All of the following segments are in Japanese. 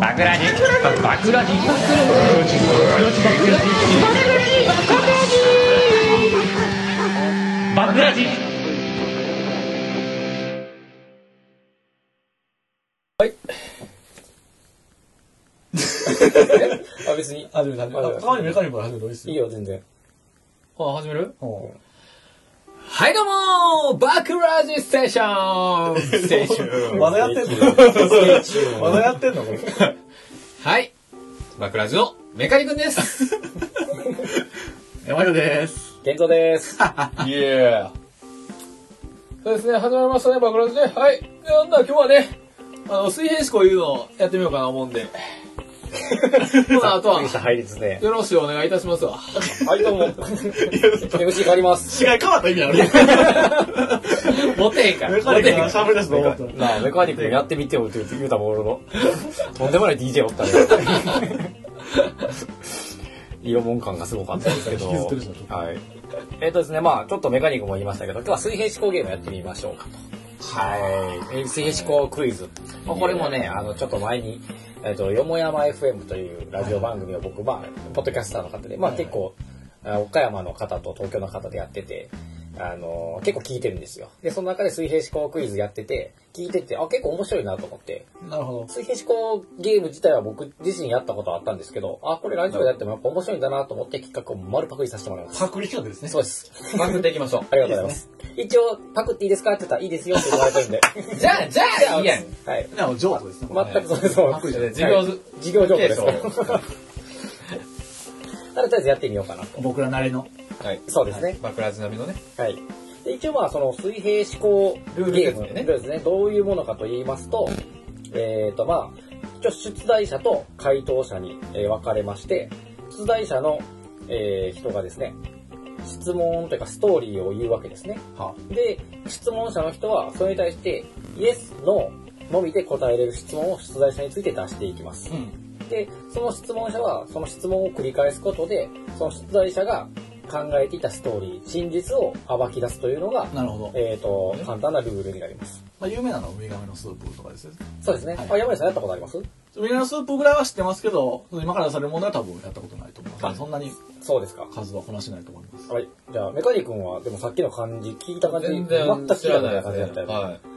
バクラジバクラジバクラジあ、別に。あ、でもなんで、はいはいたまにメカニバル始めるのいいっすいいよ。よ、全然。あ、始めるうんはい、どうもーバックラジステーションステーション。まだやってんのまだやってんのこれ。はい。バックラジのメカニ君です。山田です。健康です。イエーそうですね、始まりましたね、バックラジね。はい。で、なんだ、今日はね、あの、水平思考いうのをやってみようかな思うん で。ほな、あとは、した配列で。よろしくお願いいたしますわ。 はい、どうも。MC 変わります。違い変わった意味あるやん。持ってへんから。メカニックが喋り出すと思った。なあ、メカニックやってみてよって言って言うたもん、 俺の。とんでもない DJ おったね。 色もん感がすごかったですけど。引きずってるじゃはい。えっ、とですね、まあちょっとメカニックも言いましたけど、今日は水平思考ゲームやってみましょうかと。はい。えー水平思考クイズ。まあ、これもね、あの、ちょっと前に、えっ、と、よもやま FM というラジオ番組を僕、まあ、ポッドキャスターの方で、まあ結構、あ岡山の方と東京の方でやってて、あの結構聞いてるんですよ。で、その中で水平思考クイズやってて、聞いてて、あ、結構面白いなと思って、なるほど。水平思考ゲーム自体は僕自身やったことあったんですけど、あ、これラジオでやってもやっぱ面白いんだなと思って企画を丸パクリさせてもらいます。パクリ企画ですね。そうです。まくっていきましょありがとうございます。一応、パクっていいですかって言ったらいいですよって言われてるんで。う。じゃあ、じゃあ、いいやん。はい。なお、上手ですね。全くそうです。パクリじゃないはい授業授業情報ですそうから。なのでとりあえずやってみようかなと。僕らなれの。はい。そうですね。バクラジ並みのね。はい。で一応まあその水平思考ルールゲー説ム明ねですね。どういうものかと言いますと、えっ、とまあ、一応出題者と回答者にえー分かれまして、出題者の、えー人がですね、質問というかストーリーを言うわけですね。はで、質問者の人はそれに対して、イエス、ノーのみで答えれる質問を出題者について出していきます。うん。で、その質問者は、その質問を繰り返すことで、その出題者が考えていたストーリー、真実を暴き出すというのが、なるほど。えっ、と、簡単なルールになります。まあ、有名なのはウミガメのスープとかですよね。そうですね。はいあ、山根さんやったことありますウミガメのスープぐらいは知ってますけど、今から出される問題は多分やったことないと思います。そんなにそうですか。数はこなしないと思います。はい。じゃあ、メカニ君は、でもさっきの感じ、聞いた感じ、全全然く知知ららなないい感じだったよね。はい。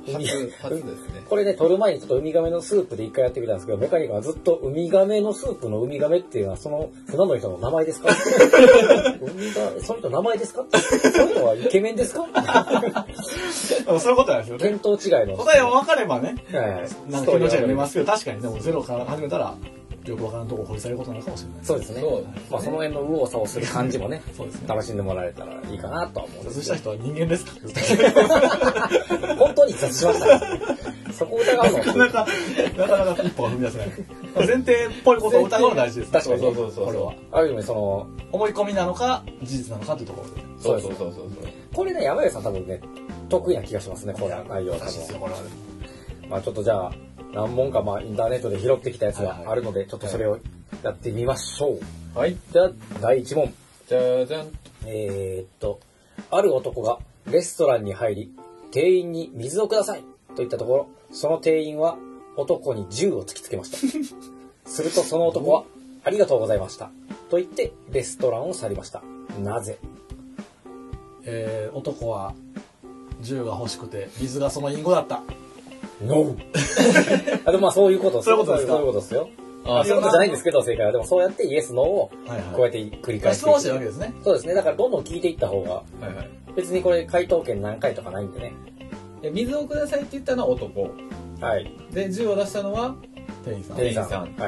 初、初ですね。これね、撮る前にちょっとウミガメのスープで一回やってみたんですけど、メカニックはずっとウミガメのスープのウミガメっていうのは、その船乗り人の名前ですかウミガメ、その人名前ですかその人はイケメンですかそういうことなんですよね。見当違いの。答えが分かればね、はいはい。なんか気持ちが見えますけど、確かにでもゼロから始めたら、よくわからんとこ掘り下げることになるかもしれない。そうですね。そうまあその辺の右往左往する感じもね、そうですね。楽しんでもらえたらいいかなとは思うんで挫折すしけたど。人は人間ですか本当に自殺しましたからね。そこを疑うのなはかなか、なかなか一歩が踏み出せない。前提っぽいことを疑うのが大事です。前提確かにそうそうそうそうこれは。ある意味その、思い込みなのか、事実なのかというところで。そうそうそうそう。これね、山根さん多分ね、得意な気がしますね、これは内容は多難しいですよ、こ分。れは。まあちょっとじゃあ、何問かまあインターネットで拾ってきたやつはいがはいあるので、ちょっとそれをやってみましょう。はい。じゃあ、第1問。じゃじゃん。えー、っと、ある男がレストランに入り、店員に水をくださいと言ったところ、その店員は男に銃を突きつけました。 するとその男は、ありがとうございました。と言って、レストランを去りました。なぜえー、男は、銃が欲しくて、水がその隠語だった。 ?No! あでもまあそういうことそういうことですかそういうことですよ。あそういうことじゃないんですけど、正解は。でもそうやって Yes, No をはいこうやはって繰りい。返質して問しているわくけですね。そうですね。だからどんどん聞いていった方が、はいはい。別にこれ回答権何回とかないんでね。で、水をくださいって言ったのは男。はい。で、銃を出したのは店員さん。店で、員さん。店員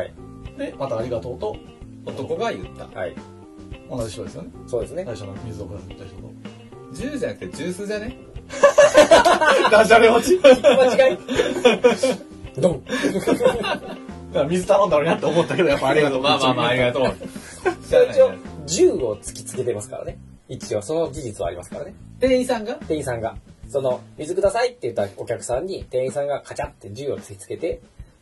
はい。またありがとうと、男が言った。はい。同じ人ですよね。そうですね最。初の水をくださいって人と。銃じゃなくてジュースじゃねダジャレ落ち間 違い。ドン。水頼んだのになって思ったけど、やっ ぱありがとう。まあまあまあ、ありがとう。それ一応、銃を突きつけてますからね。一応、その事実はありますからね。店員さんが店員さんが、その、水くださいって言ったお客さんに、店員さんがカチャって銃を突きつけて、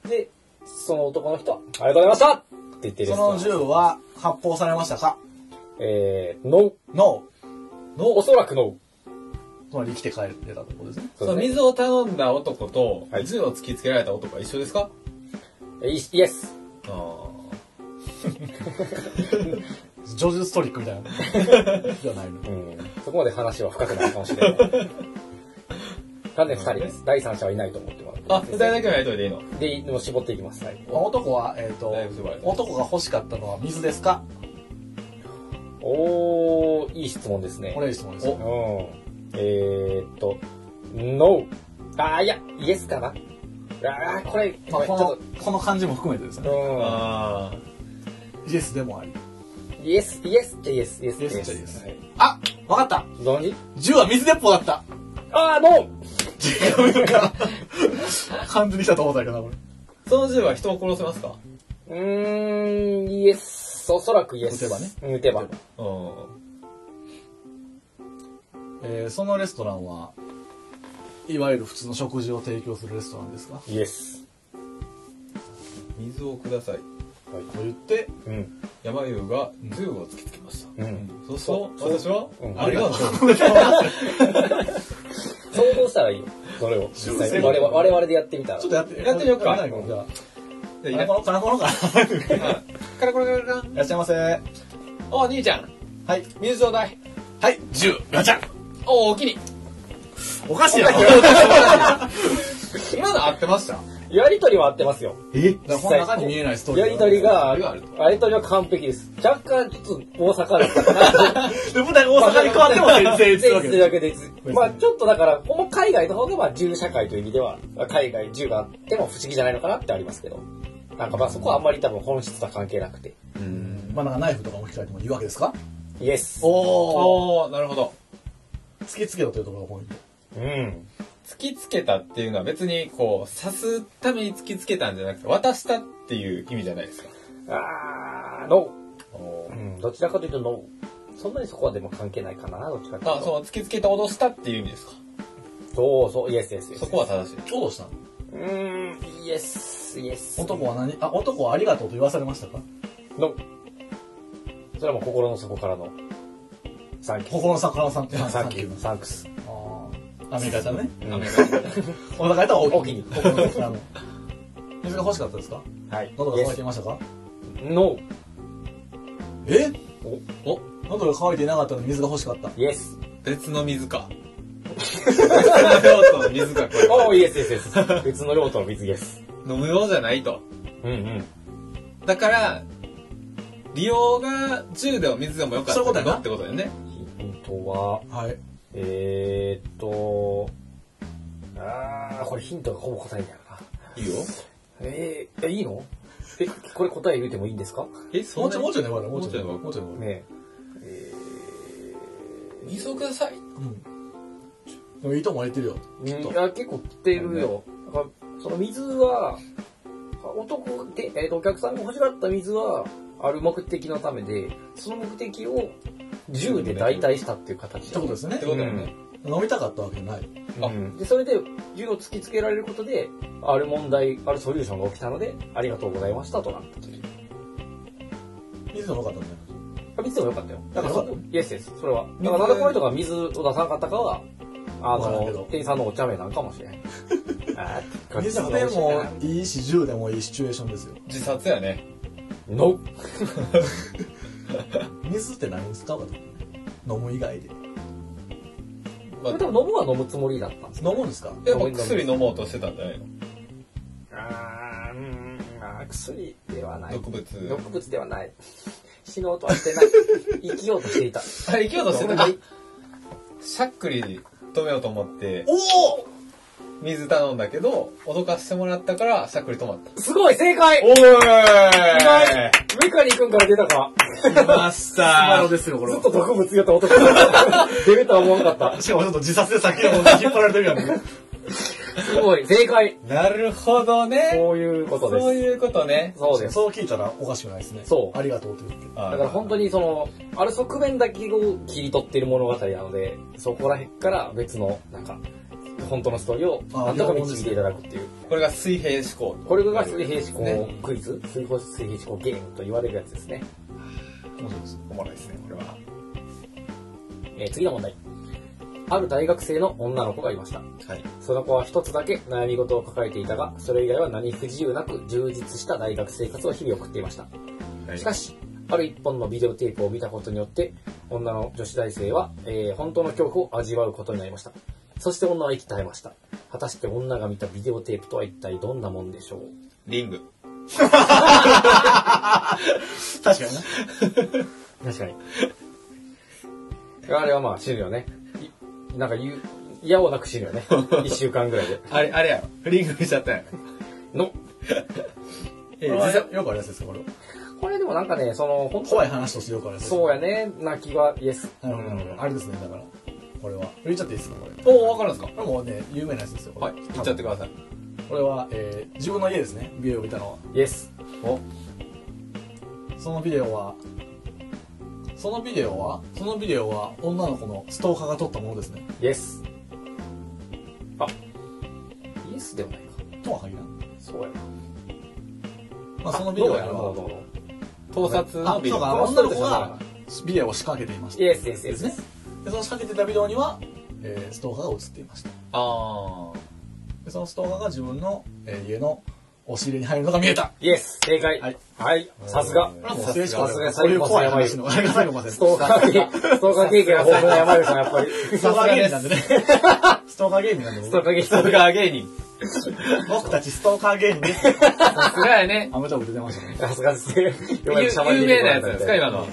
で、その男の人は、ありがとうございましたって言ってるその銃は発砲されましたかえー、ノノー。おそらくノー。つまり生きて帰れたところですね。ー。その水を頼んだ男とはい銃を突きつけられた男は一緒ですかイイエス。あー叙述トリックみたいな。じゃな いの。うん。そこまで話は深くなるかもしれない。 なんで二人です。第三者はいないと思ってもらあ、っ二て。人だけはやっといていいので、でも絞っていきます。はい。まあ男は、えっ、とだいぶすごい、男が欲しかったのは水ですかおー、いい質問ですねこ。れいい質問ですよう。ん。えーっと、NO! あー、いや、イエスかなあー、これ、まごあ、めんちこょの、この感じも含めてですね。っあイエスでもあり。と、うん。イエス、イエスってイエス、イエスってイエイエスス。はいあわかった何銃は水鉄砲 だったあー、NO! 完全に来たと思ったけどな、これ。ーその銃は人を殺せますかうーん、イエス。おそらくイエス。撃てばねうん。打てば。うん。えー、そのレストランは、いわゆる普通の食事を提供するレストランですかイエス。水をください。と言って、うん。山優が銃を突きつけました。うん。そうそう、私はうんありがとう。想像したらいいよ。それを。実際に我々我々でやってみたら。ちょっとやって、やってみようやからないじゃあ、じゃあいカラなコロ、カラコロか。カラコロカラカラいらっしゃいませ。はお、兄ちゃん、い。水ちょうだい。はい、銃、ガチャお、おきに。おかしいやろ今の合ってましたやりとりは合ってますよ。えこの中に見えないストーリー。やりとり。が、リアルやりとりは完璧です。若干、ちょっと大阪だったかな。で、舞台 大阪に変わっても全然全一わけ然でだけです。 まあちょっとだから、この海外の方が、まあ銃社会という意味では、海外銃があっても不思議じゃないのかなってありますけど。なんかまあそこはあんまり多分本質とは関係なくて。す。まあなんかナイフとかも置き換えてもいいわけですかイエス。おお。おー、なるほど。突きつけろというところがポイント。うん。突きつけたっていうのは別にこう、刺すために突きつけたんじゃなくて、渡したっていう意味じゃないですか。あー、ノー。おうん、どちらかというとノー。そんなにそこはでも関係ないかな、どっちかというと。あ、その突きつけて脅したっていう意味ですか。そうそう、イエスイエスイエス。そこは正しい。脅したのうーん、イエス、イエス。男は何あ、男はありがとうと言わされましたかの、それはもう心の底からの、サンキュ心の桜さんってー。サンュキュー。サンクス。あーアメリカじゃね。うんお腹痛いは大大ききいい。心の桜の水が欲しかったですかはい。喉がイエ渇いスていましたかノー。えお、お、喉が渇いていなかったのに水が欲しかった。イエス。別の水か。別の用途の水か、これ。おー、イエスイエスイエス。別の用途の水イエス。飲むようじゃないと。うんうん。だから、利用が銃でも水でもよかったそういうことやなのってことだよね。ヒントは、はい。えーっと、あー、これヒントがほぼ答えだよな。いいよ。えー、え、いいのえ、これ答え言うてもいいんですかえ、もうちょい、ももううちょちいょ粘る、もうちょいも粘うちょる、いもうちょい粘る。ねえ。い水をください。うん。でもいいとも言ってるよ。えー、いや、結構来てるよ。だからその水は、男で、えーと、お客さんが欲しがった水は、ある目的のためで、その目的を銃で代替したっていうっ形てだことですねって。ことだよね。飲みたかったわけない。あでそれで銃を突きつけられることである問題あるソリューションが起きたのでありがとうございましたとなったという水飲まなかったんじゃあ水でもよかったよだからよそかっイエスですそれはだからなんでこの人が水を出さなかったかはあわからんけどの店員さんのお茶目なんか もしれないあーない水でもいいし、銃でもいいシチュエーションですよ。自殺やね。の水って何ですか飲む以外で。まあでも多分飲むは飲むつもりだったんです飲むんですかやっぱ薬飲もうとしてたんじゃないのあうんあ薬ではな毒物。毒物ではない死のうとは してない生きようとしていたあ、生きようとしてた。あしゃっくり止めようと思って、おお水頼んだけど、脅かしてもらったから、しゃっくり止まった。すごい正解おー意外メカニ君から出たか来ましたですよ、これずっと毒物やった男だ 出るとは思わなかっしかもちょっと自殺で酒を引っ張られてるやん。た。すごい、正解。なるほどね。こういうことです。そういうことね。そうです。そう聞いたらおかしくないですね。そうありがとうと言って。だだから本当にその、ある側面だけを切り取っている物語なので、そこら辺から別の、なんか、本当のストーリーをあ何とか導いていただくっていう。これが水平思考。これが水平思考ねクイズ水平思考ゲームと言われるやつですね。面白いです。おもろいですね、これは。えー次の問題。ある大学生の女の子がいました。はい。その子は一つだけ悩み事を抱えていたが、それ以外は何不自由なく充実した大学生活を日々送っていました。しかし、ある一本のビデオテープを見たことによって、女の女子大生は、えー本当の恐怖を味わうことになりました。そして女は息絶えました。果たして女が見たビデオテープとは一体どんなもんでしょうリング。確かにね。確かに。あれはまあ死ぬよね。いなんか言う、嫌をなく死ぬ よね。一週間ぐらいで。あれ、あれやろ。リングしちゃったやろ。の、えー、実際よくあるやつですよ、これ。これでもなんかね、その、本当怖い話としてよくあるやつです。そうやね、泣きはイエス。なるほど、なるほど。あれですね、だから。これは。言っちゃっていいですか、これ。こおお、わかるんですかれもうね、有名なやつですよ、これ。はい、言っちゃってください。これは、えー自分の家ですね、ビデオを見たのは。イエス。おそのビデオは、そのビデオは、そのビデオは、女の子のストーカーが撮ったものですね。イエス。あ、イエスではないか。とは限らん。そうやな。まあ、そのビデオにどうやろうは、どうやろう盗撮あの、ビデそうオ。か、この女の人子がたビデオを仕掛けていました。イエスイエスイエスですね。で、その仕掛けてたビデオには、えーストーカーが映っていました。あー。で、そのストーカーが自分の、えー家の押し入れに入るのが見えた。イエス、正解。ははいい。さすが。これはもう政治家さすがそういう怖いさすが話の、あれが最後まで。ストーカー系、ストーカー経験が豊富な山口さん、やっぱり。ストーカー芸人なん でね。ストーカー芸人なんでス僕トーカー系、ストーそれが芸人。僕たちストーカー芸人です。さすがやね。アメトーク出てましたね。カー。さすがですね。有有名なやつですか、今のは。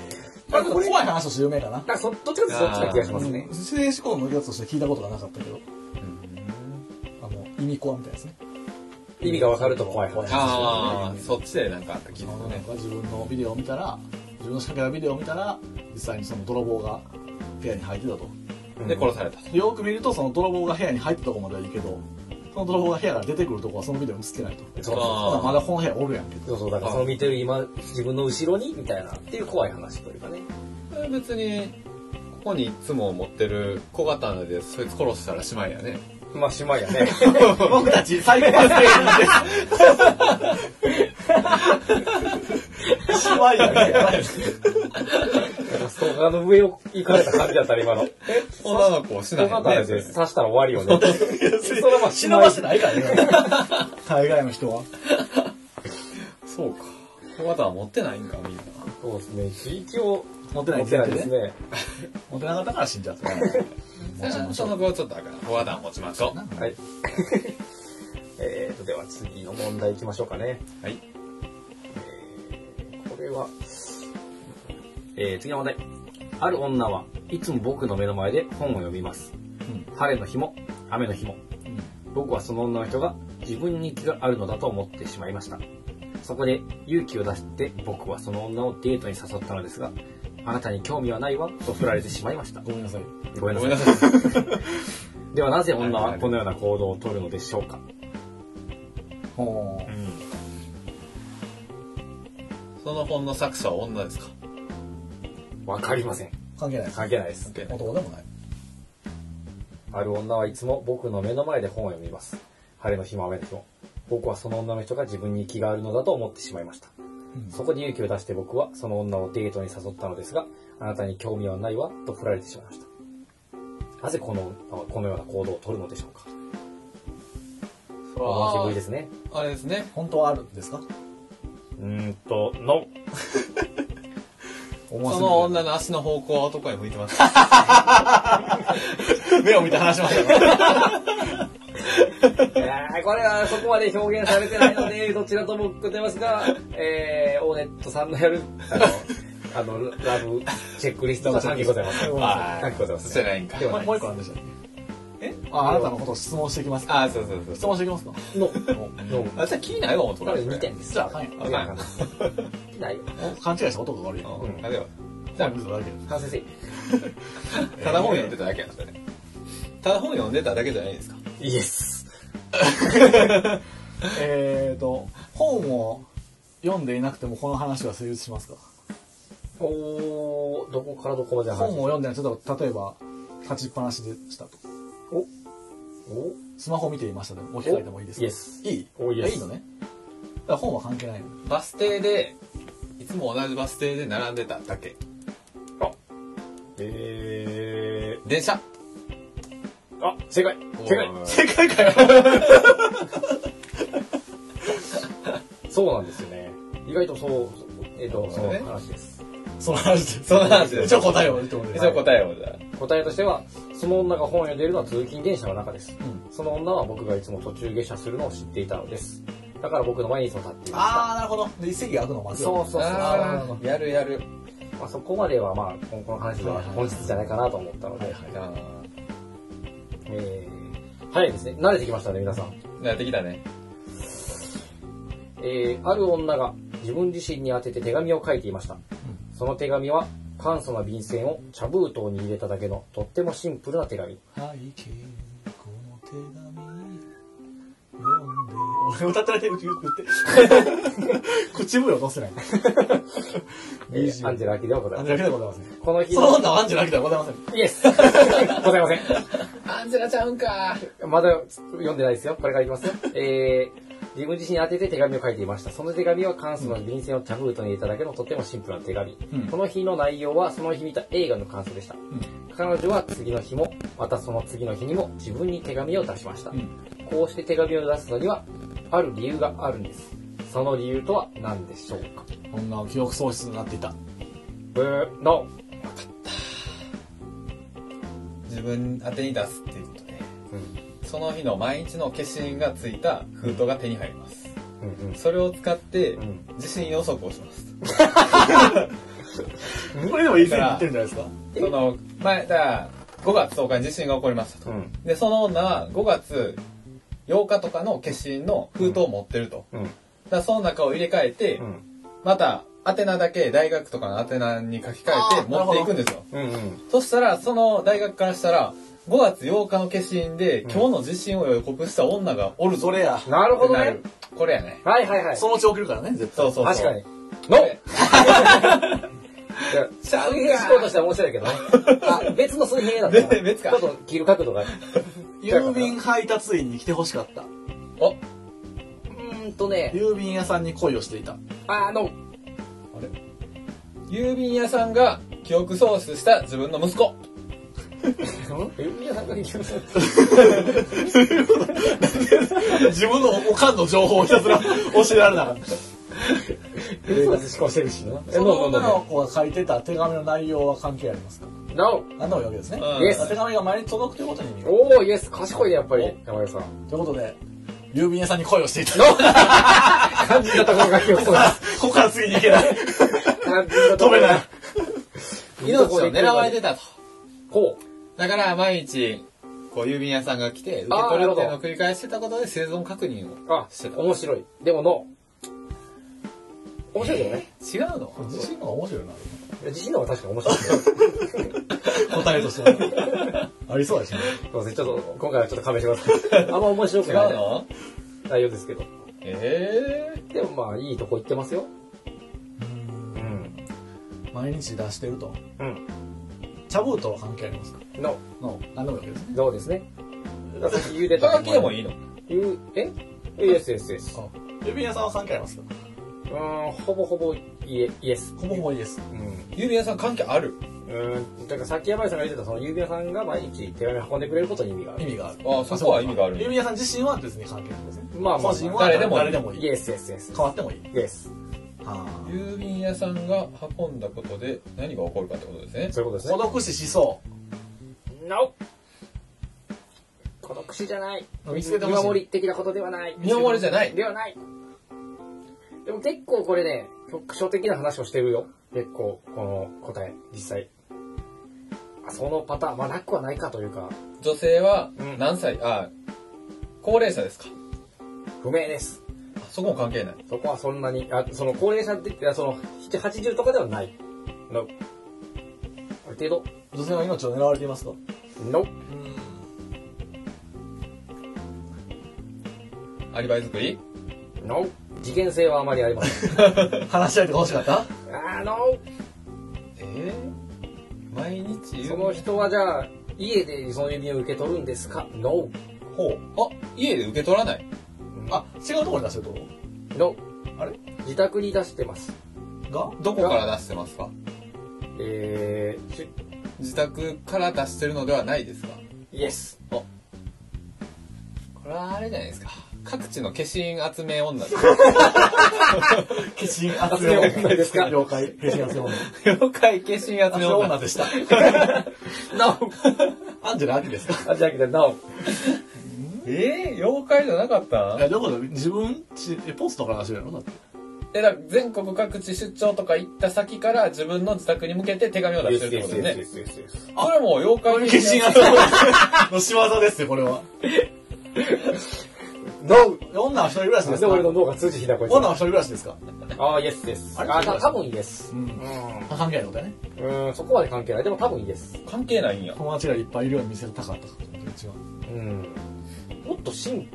これ怖い話として有名かな。なんかそ、どっちかというとそっちな気がしますねうん。性思考のやつとして聞いたことがなかったけど。あの、意味コアみたいですね。意味がわかると怖い話。あー、そっちでなんかあった気昨がする日のなねん。か自分のビデオを見たら、自分の仕掛けたビデオを見たら、実際にその泥棒が部屋に入ってたと。で、殺された。よく見ると、その泥棒が部屋に入ったとこまではいいけど、その泥棒が部屋から出てくるとこはそのビデオに映ってないと。そうあーほなまだこの部屋おるやんけそうそう、だからその見てる今、自分の後ろに、みたいな、っていう怖い話というかね。それ別に、ここにいつも持ってる小刀で、そいつ殺したらしまいやね。まあ、しまいや ね。ど。 僕たち最高パス芸人 です。しまいやね。ストーカーの上を行かれた感じだった ら、今の。え、女の子をしないよかよったね。ら刺したら終わり よね。それはまあ、忍ばしてない からね。大概の人は。そうか。小刀は持ってないんか、みんな。そうですね。一応、持ってない持ってないですね。持てなかったから死んじゃ った。持ちましそょのう。子はちょっとだから、小刀持ちましょう。はい。えーと、では次の問題行きましょうかね。はい。これは、えー、次の問題。ある女はいつも僕の目の前で本を読みます。晴れの日も雨の日も、僕はその女の人が自分に気があるのだと思ってしまいました。そこで勇気を出して僕はその女をデートに誘ったのですが、あなたに興味はないわと振られてしまいました。ごめんなさい。ごめんごなめさんいな。さい。ではなぜ女はこのような行動をとるのでしょうか、ほーその本の作者は女ですかわかりません関係ないです。関係ないです男でもない。ある女はいつも僕の目の前で本を読みます晴れの日も雨の日も僕はその女の人が自分に気があるのだと思ってしまいました、そこで勇気を出して僕はその女をデートに誘ったのですがあなたに興味はないわと振られてしまいましたなぜこの女はこのような行動をとるのでしょうか思わせぶりですねあれですね。本当はあるんですかうーんとの思そわの女の足の方向は男に向いて ます。せぶり目を見て話しましたね。えーこれはそこまで表現されてないので、どちらとも答えますが、えー、オーネットさんのやる、あの、あのラブチェックリストの関係ございます。あー関係ございましすてね。ないんか。ではもうもう一個なんでしたっけえあ、あなたのことを質問していきますか。あ、そうそうそう質そう。問していきますかの、おの、あ、じゃあ気にないわ、男こだれし2点です。じゃあ、あかんやん。あかんやんないよ。お勘違いした男が悪いよ。うんあ、では。じゃあ、見せただけです反省せいただ本読んでただけなんですかね。ただ本読んでただけじゃないですか。イエス。えーと、本を読んでいなくてもこの話は成立しますかおー、どこからどこまでの本を話読んでない、ちょっと例えば、立ちっぱなしでしたと。おスマホ見ていましたでも置き換えてもいいですかイエスいいおイエスいいのね。だから本は関係ないの。バス停で、いつも同じバス停で並んでただけ。え電車。あ、正解正解おい正解かよ。そうなんですよね。意外とそう、えっ、と、そそうのね話です。その話です。その話です一応答えを言ってもらえじるゃあ答えをじゃあ。答えとしては、その女が本を読んでいるのは通勤電車の中です。んその女は僕がいつも途中下車するのを知っていたのです。だから僕の前にいつも立っていました。あー、なるほど。で、一席が空くのまず。そうそうそう。ああーやるやる。まあ、そこまではまあ、このこの話は本質じゃないかなと思ったので、あえー、早いですね。慣れてきましたね、皆さん。ーやってきたね。えーある女が自分自身に宛てて手紙を書いていました。その手紙は、簡素な便箋を茶封筒に入れただけのとってもシンプルな手紙。背景、この手紙、読んで。俺歌って ないで言って。口笛を出せない。えーアンジェラ・アキではございアンまジェラだけではございません。せん。この日そのの、女はアンジェラだけではございません。イエスございません。アンジェラちゃうんか。まだ読んでないですよ。これからいきますよ。えー、自分自身に当てて手紙を書いていました。その手紙は関数の便箋を茶封筒に入れただけのとってもシンプルな手紙。うんこの日の内容はその日見た映画の感想でした。彼女は次の日も、またその次の日にも自分に手紙を出しました。んこうして手紙を出すのには、ある理由があるんです。その理由とは何でしょうか女は記憶喪失になっていた。ブー、ノ自分宛てに出すっていうことで、ー。その日の毎日の化身がついた封筒が手に入ります。うん。うんそれを使ってうん、自身予測をします。これでもいい線いってるんじゃないですか。その、前、だから、5月10日に地震が起こりましたと。うんで、その女は5月8日とかの化身の封筒を持ってると。うん。だからその中を入れ替えて、うん。また、宛名だけ大学とかの宛名に書き換えて持っていくんですよ。うん。うん。そしたら、その大学からしたら、5月8日の化身で、今日の地震を予告した女が おるぞそれや。なるっほてどなねる。。これやね。はいはいはい。そのうち起きるからね、絶対。そうそうそ確う。かに。。のいや、シャウリ思考としては面白いけ どね。あ、別の水平だったな。別別かちょっと切る角度が。う郵便配達員に来てほしかった。お、ーんとね、郵便屋さんに恋をしていた。 あの、郵便屋さんが記憶喪失した自分の息子。郵便屋さんが行き ます自分のおかんの情報をひたすら教えられなかった。別の思考してるしな。その女の子が書いてた手紙の内容は関係ありますかなお、何でもいいわけですね。うんイエス手紙が毎日届くということに意味があるおー、イエス、賢いね、やっぱり、山田さん。ということで、郵便屋さんに恋をしていた。感じたところが記憶そうです。ここから次に行けない。 感じ飛たところべが ない。。命を狙われてたと。こう。だから毎日、こう郵便屋さんが来て、受け取るっていうのを繰り返してたことで生存確認を。あ、面白い。でも、の。面白いけどね。違うの自信の方が面白いな。自信の方が確かに面白いけど。答えとしては。 ありそうですね。そうですね、ちょっと、今回はちょっと勘弁してください。 あんま面白違くうないの内容ですけど。ええでもまあ、いいとこ行ってますよ。うん。毎日出してると。うん。茶封筒は関係ありますかの、の、何でもいいわけですね。どうですね。だからさっき言うてー。た。はがきでもいいの言う、えイエスイエスイエス。郵便屋さんは関係ありますかうーん、ほぼほぼイエイエス。ほぼほぼいいです。うん。郵便屋さん関係あるうん。だからさっき山井さんが言ってた、その郵便屋さんが毎日手紙運んでくれることに意味があ意る。味がある。あそこは意味がある郵便屋さん自身は別に関係ないですね。まあまあ個人まはあ。誰でもいい誰でもいい。イエスイエスイエス。変わってもいい。イエス。あ郵便屋さんが運んだことで何が起こるかってことですね。そういうことです孤ね。独死しそ No! 孤独死じゃない。う。見つけて見ほ守しい。り的なことではない。見守りじゃない。ではない。でも結構これね、局所的な話をしてるよ。結構、この答え、実際。あそのパターン、まあなくはないかというか、女性はうん何歳、あ、高齢者ですか不明です。あそこも関係ない。そこはそんなに、あその高齢者って、あその、7 80とかではない。の。ある程度、女性は命を狙われていますと。の。アリバイ作りの。次元性はあまりありま せん。話し合いとか欲しかったあーの。ええ毎日郵その便人はじゃあ、家でその指を受け取るんですかの。ほう。あ、家で受け取らない。あ、違うところに出してるとこの。あれ自宅に出してます。がどこから出してますかえー、し自宅から出してるのではないですかイエス。あ、これはあれじゃないですか。各地の化身集め女です。 化身集め女ですか了解。化身集め女。妖怪化身集め集め女女。で した。なお、アンジェラ・アキですかあ、じゃあ、なお。えー、妖怪じゃなかったいや、どこだ自分ち、えポストから走るやろだって。え、だから全国各地出張とか行った先から自分の自宅に向けて手紙を出してるってことだよね。それも妖怪化身集め女の仕業ですよ、これは。ノウ女は一人暮らしなでんすでか俺の脳が通知ひだこいつ。女は一人暮らしですかああ、イエスです。あれあ、た多分イエス。うん。関係ないことだね。うん、そこまで関係ない。でも多分イエス。関係ないんや。友達がいっぱいいるように見せたかったからうちは。うん。もっとシン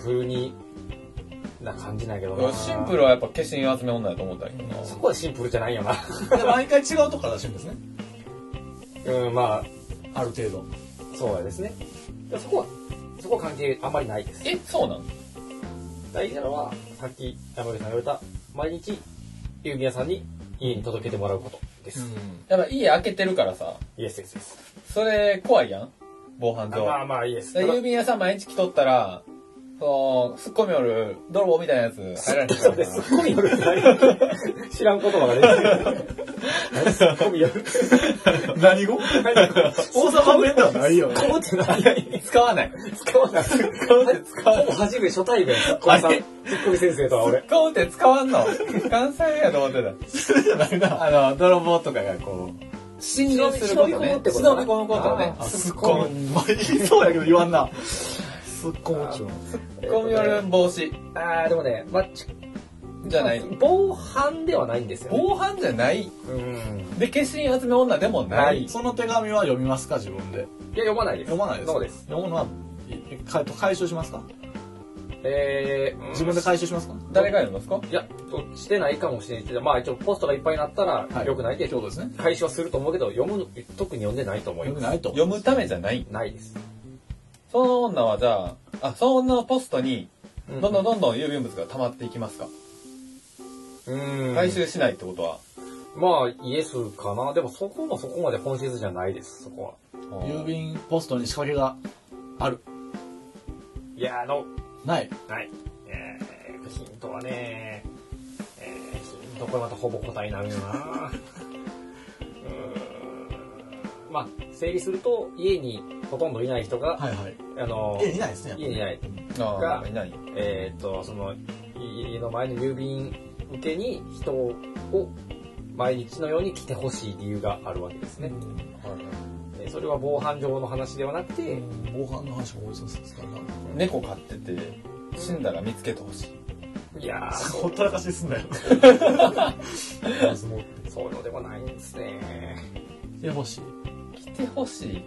プルに、な感じないけどな。シンプルはやっぱ化身集め女やと思ったんやけどな。そこはシンプルじゃないよな。 で毎回違うとこから出してるんですね。うん、まあ、ある程度。そうですね。でそこは、そこは関係あんまりないです。え、そうなん大事なのは、さっき山口さんが言われた、毎日、ゆうみやさんに家に届けてもらうことです。やっぱ家開けてるからさ、イエスですです。それ怖いやん防犯あ上。まあまあ、イエス。で郵便屋さん毎日来とったら、その、すっこみおる泥棒みたいなやつ入られてそうるです。ツッコミよる。知らん言葉が出てきた。ツッコミよる。何語王様弁ではない よ。こうって何 使わない。使わない。使わない。ほぼ初め初対面。ツッコミさん。ツあれッコミ先生とは突俺っ。込むって使わんの。関西やと思ってた。あの、泥棒とかがこう、侵入することね。忍忍びび込込むこむこととねね。あ、すっこん。まあ、言いそうやけど言わんな。すっこんちゅうの突っ込みよる防止あー、でもね、まあ、ちじゃないの。防犯ではないんですよね。防犯じゃない。うん。で、化身集め女でもなないい。その手紙は読みますか自分で。いや、読まないです。読まないですかそうです。読むのは、いか回収しますかえー、自分で回収しますか誰がやりますかいや、してないかもしれないけど、まあ一応ポストがいっぱいになったら、はいよくないでってことですね。解消すると思うけど、読む、特に読んでないと思い読んま。ですないと。読むためじゃない。ないです。その女はじゃあ、あ、その女のポストに、うんどんどんどんどん郵便物が溜まっていきますかうん。回収しないってことは。まあ、イエスかな。でもそこもそこまで本質じゃないです、そこは。郵便ポストに仕掛けがある。いや、あの、ない。ない。えー、ヒントはね、えー、ヒントこれまたほぼ答えになるよ な。うーん。まあ、整理すると、家にほとんどいない人が、はいはい。あの、え、いないですね。家にいない。ああ、いない。えーっとそのい家の前の郵便受けに人を毎日のように来てほしい理由があるわけですね、えーそれは防犯上の話ではなくて、防犯の話が多いそうですからな。猫飼ってて、死んだら見つけてほしい。いやーそほったらかしす んなよ。うそういうのでもないんですねでもし、来てほしい。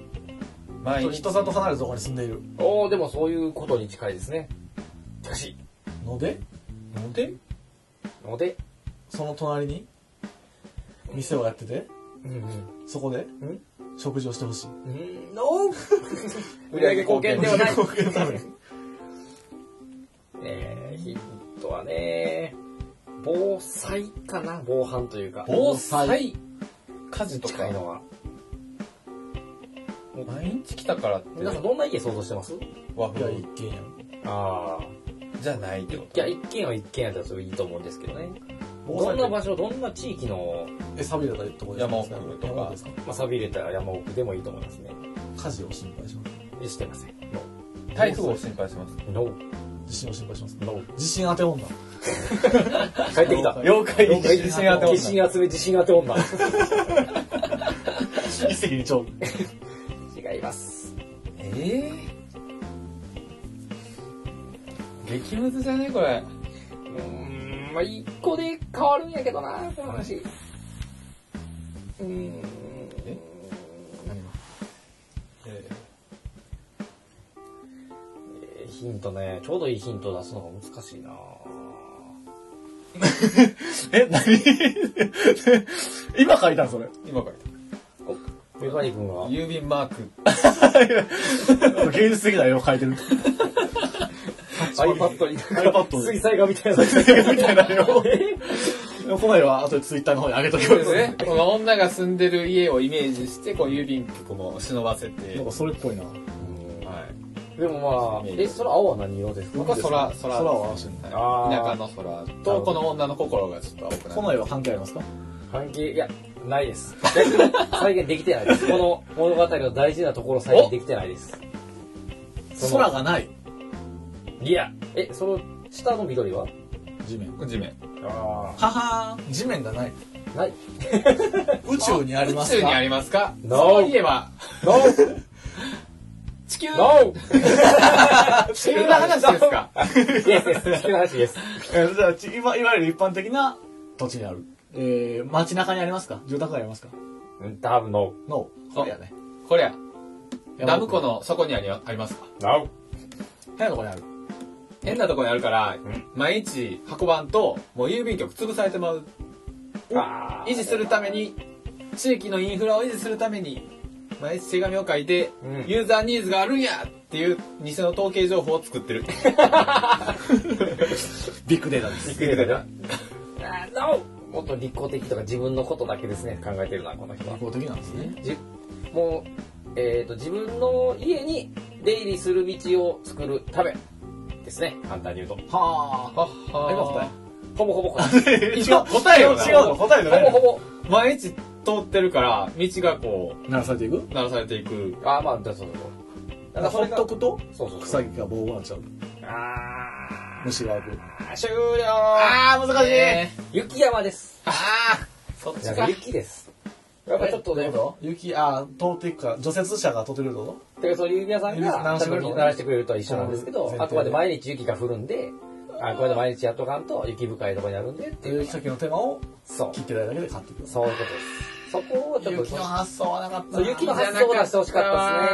毎日。人里離れたところに住んでいるおおでもそういうことに近いですねしかしので、のでので、その隣に店をやってて、うんうんそこでん食事をしてほしい。うん、の 売上貢献ではない。貢献のためにえー、ヒントはね、防災かな防犯というか。防災火事とか近。いのは。毎日来たからって、 皆さんどんな家想像してます和いや、風一軒やん。ああ。じゃないってこいや、一軒は一軒やったらいいと思うんですけどね。防ど災んな場所、どんな地域の、え、錆びれたところですか山奥とか山奥ですかまあ、錆びれた山奥でもいいと思いますね。火事を心配します。してません。と。台風を心配します。ノー。地震を心配します。ノー。地震当て女。 帰ってきた。妖怪妖怪地震当て地女。震集め、地震当て女。一石二鳥。違います。ええ激ムズじゃねこれ。うーん、まあ、一個で変わるんやけどな、この話。うーん。ええーヒントね、ちょうどいいヒント出すのが難しいなえ、何今書いたんそれ。 今からメカニ君が。郵便マー ク。芸術的な絵を描 いてる。 iPad に iPad 水彩画みたいな。みたいな絵を。この絵は後でツイッターの方に上げときそうまですす。ね。この女が住んでる家をイメージして、こう郵便局も忍ばせて。なんかそれっぽいな。はい。でもまあ、え、空青は何色ですか僕は空、空ですね、空を合わせるんだ。あはいー田舎の空と、この女の心がちょっと青くなる。この絵は関係ありますか関係、いや、ない です。再現できてないです。この物語の大事なところ再現できてないです。その空がない。いや、え、その下の緑は地面。地面。あははーん地面がない。あ。ない。宇宙にありま宇す宙にあかりますか No そういえば、 No! 地球 No! 地球の話ですか yes, yes. 地球の話です。えーじゃあち今いわゆる一般的な土地にある。えー、街中にありますか住宅街ありますかうん多分 No. の、そうやね。こりゃ、山ダ奥ム湖の底にありありますか No. 変なとこにある。変なとこにあるから、毎日運ばんと、もう郵便局潰されてまう。あー維持するために、地域のインフラを維持するために、毎日手紙を書いて、うんユーザーニーズがあるんやっていう偽の統計情報を作ってる。ビッグデータです。地球だな。あー No! もっと立候的とか自分のことだけですね、考えてるな、この人は人。工的なんですね。じもう、えっ、と、自分の家に出入りする道を作るためですね、簡単に言うと。ははっあ。今答はほぼほぼ答え。え。違う、一応答えよな違うの、答えじゃないほぼの。ほ毎日通ってるから、道がこ鳴らされていくう、鳴らされていく。ぼ。あー、まあ、そうそうそう。だからそほれっがと、くと、そうそうそう。草木がボーボーなっちゃう。あ虫が来る。ー、終了あー、難しい、雪山です。あー、そっじちゃかあ。雪です。やっぱちょっとね、雪、あー通っていくから、除雪車が通ってくるってこてか、その雪屋さんが、鳴らしてちゃくれんるのと鳴らしてくれるとは一緒なんですけうど、んあくまで毎日雪が降るんで、あくまで毎日やっとかんと雪深いところにあるんでってという。雪かきの手間をそう切。ってないだけで買ってくる。そういうことです。そこをちょっと。雪の発想はなかったそうな。雪の発想を出してほしかっ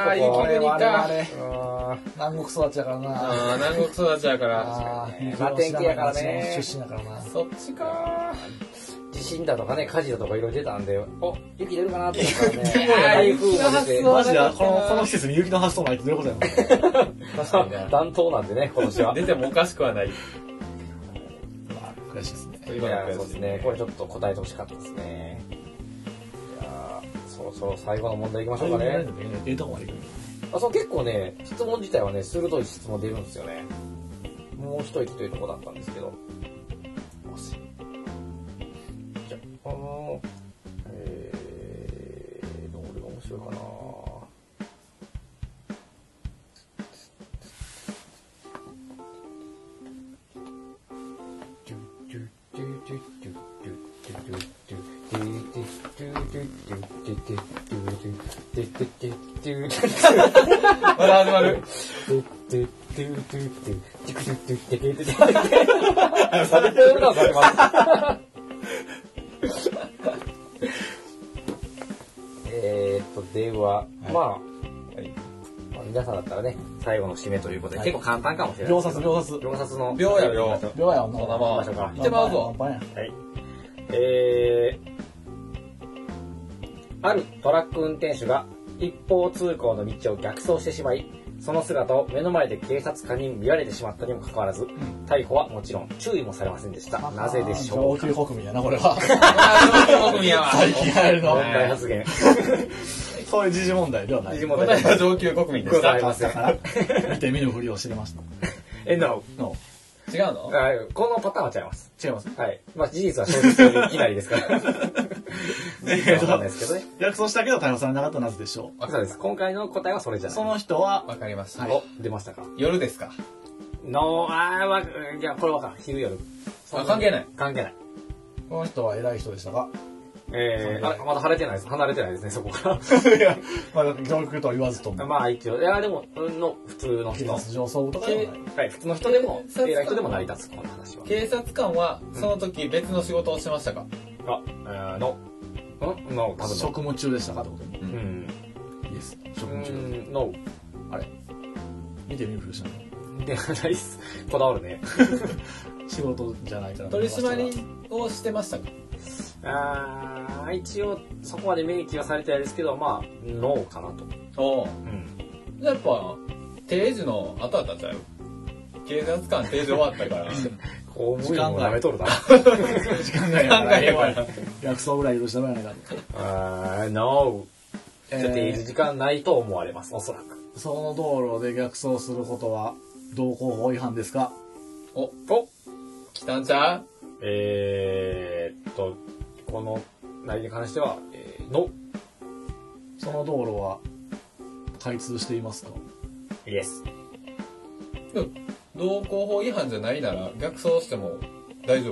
たですね、ここじゃなか我々はった。国か我々あ南国育ちだからな。あー、南国育ちやから。あーラテン系やからね出身だからな。そっちかー地震だとかね、火事だとかいろいろ出たんで、お、雪出るかなと思ったらね、台雪出る風も出て、そうマだジねで、この、この季節に雪の発想ないってどういうことやの確かにね。暖冬なんでね、今年は。出てもおかしくはない。悔しいですね。いや、そうですね、これちょっと答えてほしかったですね。いやーそろそろ最後の問題いきましょうかね。ええとこまで行く。あそう結構ね、質問自体はね、鋭い質問出るんですよね。もう一息というとこだったんですけど。もしじゃあ、あのー、えー、どれが面白いかなまだ始まる。えーっと、では、まあ、まあ皆さんだったらね、最後の締めということで、結構簡単かもしれない。秒殺、秒殺。秒殺の。秒や秒秒や、もう。そ行きましょのまうま。か。行ってまうぞ。パンパンや。はい。えー、あるトラック運転手が一方通行の道を逆走してしまい、その姿を目の前で警察官に見られてしまったにもかかわらず、逮捕はもちろん注意もされませんでした。なぜでしょ上う級国民やな、これは。 あー、上級国民やわ。最近入るの問。題発言。そういう時事問題ではない。時事問題私では上級国民でごしざたい。ません。見て見ぬふりをしてました。 え、no. の違うのあこのパターンは違います。違いますね。はい。まあ、事実は正直にい きなりですから。事実はわかんないですけどね。約束したけど逮捕されなかったなぜでしょそうです。今回の答えはそれじう。ゃない。その人は、わかりました。お、出ましたか。夜ですかの、あー、わ、いや、これわからん。昼夜。そんあ関係ない。関係ない。この人は偉い人でした かえー、あれ、まだ晴れてないです。離れてないですね、そこかいや、まだ上級とは言わずとも。ら。まあ、一応。いや、でも、うんの、普通の警人。察上層部とかででもない。はい、普通の人でも警、察偉い人でも成り立つ、この話は。警察官は、その時別の仕事をしてましたかあ、えー、の、んの、多分の。職務中でしたかってことね。うん。いいです。職う務中。ん、の、あれ見て見ぬふりしたのではないです。こだわる ね。仕事じゃないから。取り締まりをしてましたかあー、一応、そこまで明記はされてないですけど、まあ、のかなと。おううん。やっぱ、定時の後だったんちゃう警察官定時終わったから。公務員も舐めとるな。 時間が考えやかやら。約束ぐらい許してもらえないかと。あー、no. えちょっといいー時間ないと思われます、おそらく。その道路で逆走することは道交法違反ですかお、お、来たんちゃうえーっと、この内容に関しては、えー、の、その道路は開通していますかイエス。道交法違反じゃないなら逆走しても大丈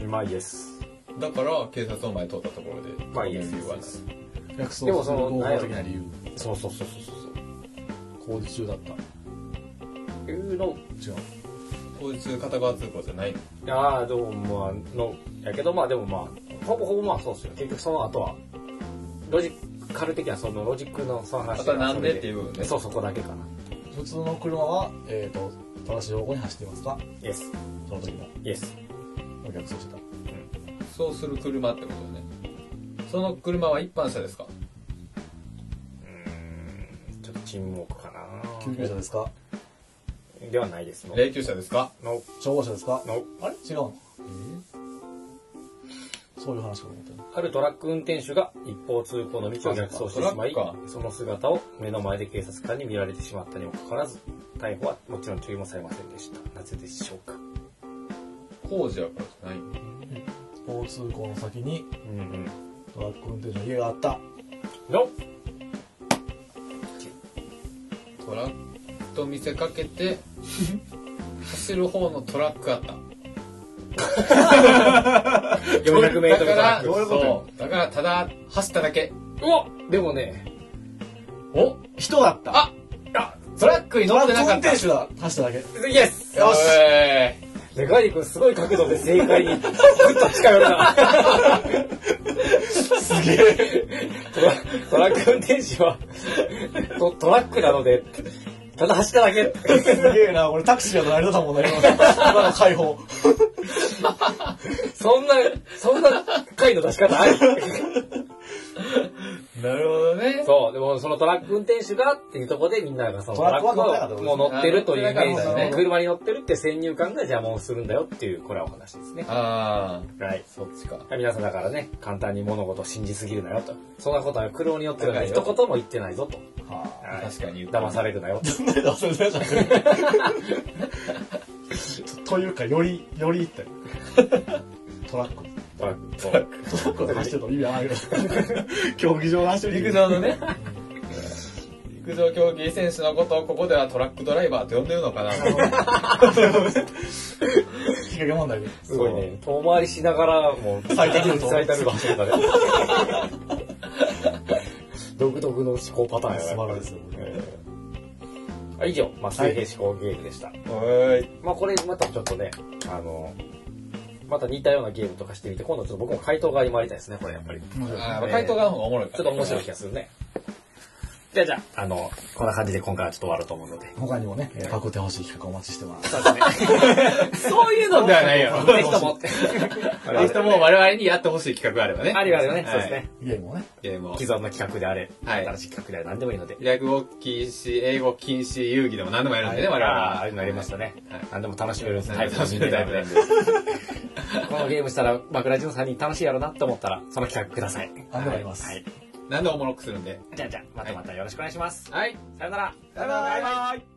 夫。まあイエス。だから警察の前通ったところで、まあイエス。言わない。逆走すでるも道その交法的な理由そうそうそうそうそ工う。事中だったいうの、違うこいつ片側通行じゃないの。ああ、でもまあ、の、やけどまあでもまあ、ほぼほぼまあそうっすよ。結局その後は、ロジカル的なそのロジックのその話あとはなんでっていう部分ね。そう、そこだけかな。普通の車は、えー、と正しい方向に走っていますかイエス。その時もイエス。逆走してたそうする車ってことよね。その車は一般車ですかうーん、ちょっと沈黙か救急車ですかな。ではないですの。霊柩車ですかの、消防車ですかの、あれ違うのそういう話かと思ったあるトラック運転手が一方通行の道を逆走してしまいトラック、その姿を目の前で警察官に見られてしまったにもかかわらず、逮捕はもちろん注意もされませんでした。なぜでしょうか。工事やからじゃないの。交通行の先にうんうん。トラック運転手の家があったの、トラックと見せかけて走る方のトラックあった400メートルトラック。だからそうだからただ走っただけうわでもね、お人だったあトラックにトラ乗っッてクな運かった転手だ走っただけイエスよしメガニ君すごい角度で正解にぐっと近寄るな。すげえ。トラトラック運転手はト、トラックなので、ただ走っただけ。すげえな俺タクシーが乗られたと思うんだ今の今の解 放そんな、そんな回の出し方あるなるほどねそう、でもそのトラック運転手がっていうところでみんながそのトトララッッククをはもう乗ってるというイメージですなるねほ。ど車に乗ってるって先入観が邪魔をするんだよっていう、これはお話ですね。ああはい。そっちか皆さんだからね、簡単に物事を信じすぎるなよと。そんなことは苦労によってだはからよ一言も言ってないぞと。ははい確かに言った騙されるなよと。あなんだそれじゃん というかよりよりってトラックトラックトラックトラックで走ってるの意味ないよ競技場で走る陸上のね陸上競技選手のことをここではトラックドライバーと呼んでるのかな引っ掛け問題ですごいね。遠回りしながらもう、最短ルート最短ルート走る からね。独特の思考パターンやな素晴らしいですよえーあ以上、まあ、水平思考ゲームでした。はいまあ、これまたちょっとね、あの、また似たようなゲームとかしてみて、今度ちょっと僕も回答側に回りたいですね、これやっぱり。あー回答がの方がおもろいかちょっらと面白い気がするね。じゃあじゃあ、あの、こんな感じで今回はちょっと終わろうと思うので。他にもね、えーパクってほしい企画お待ちしてます。そうです ね。 そういうのではないよぜひと も。ぜひとも我々にやってほしい企画があればねありがとうね。はいそうですね。ゲームをね。ゲームを既存の企画であれ、はい新しい企画であれ、何でもいいので。略語禁止英語禁止遊戯でも何でもやるんでね我々あはあ、ありましたねはい。何でも楽しめるタはいイプ楽し めるタイプなんでこのゲームしたら、枕ラジオさんに楽しいやろなと思ったら、その企画くださあい。りがとうございますはい。何でもおもろくするんでじゃあじゃあ、またまたよろしくお願いします。はいさよなら。バイバイバイ。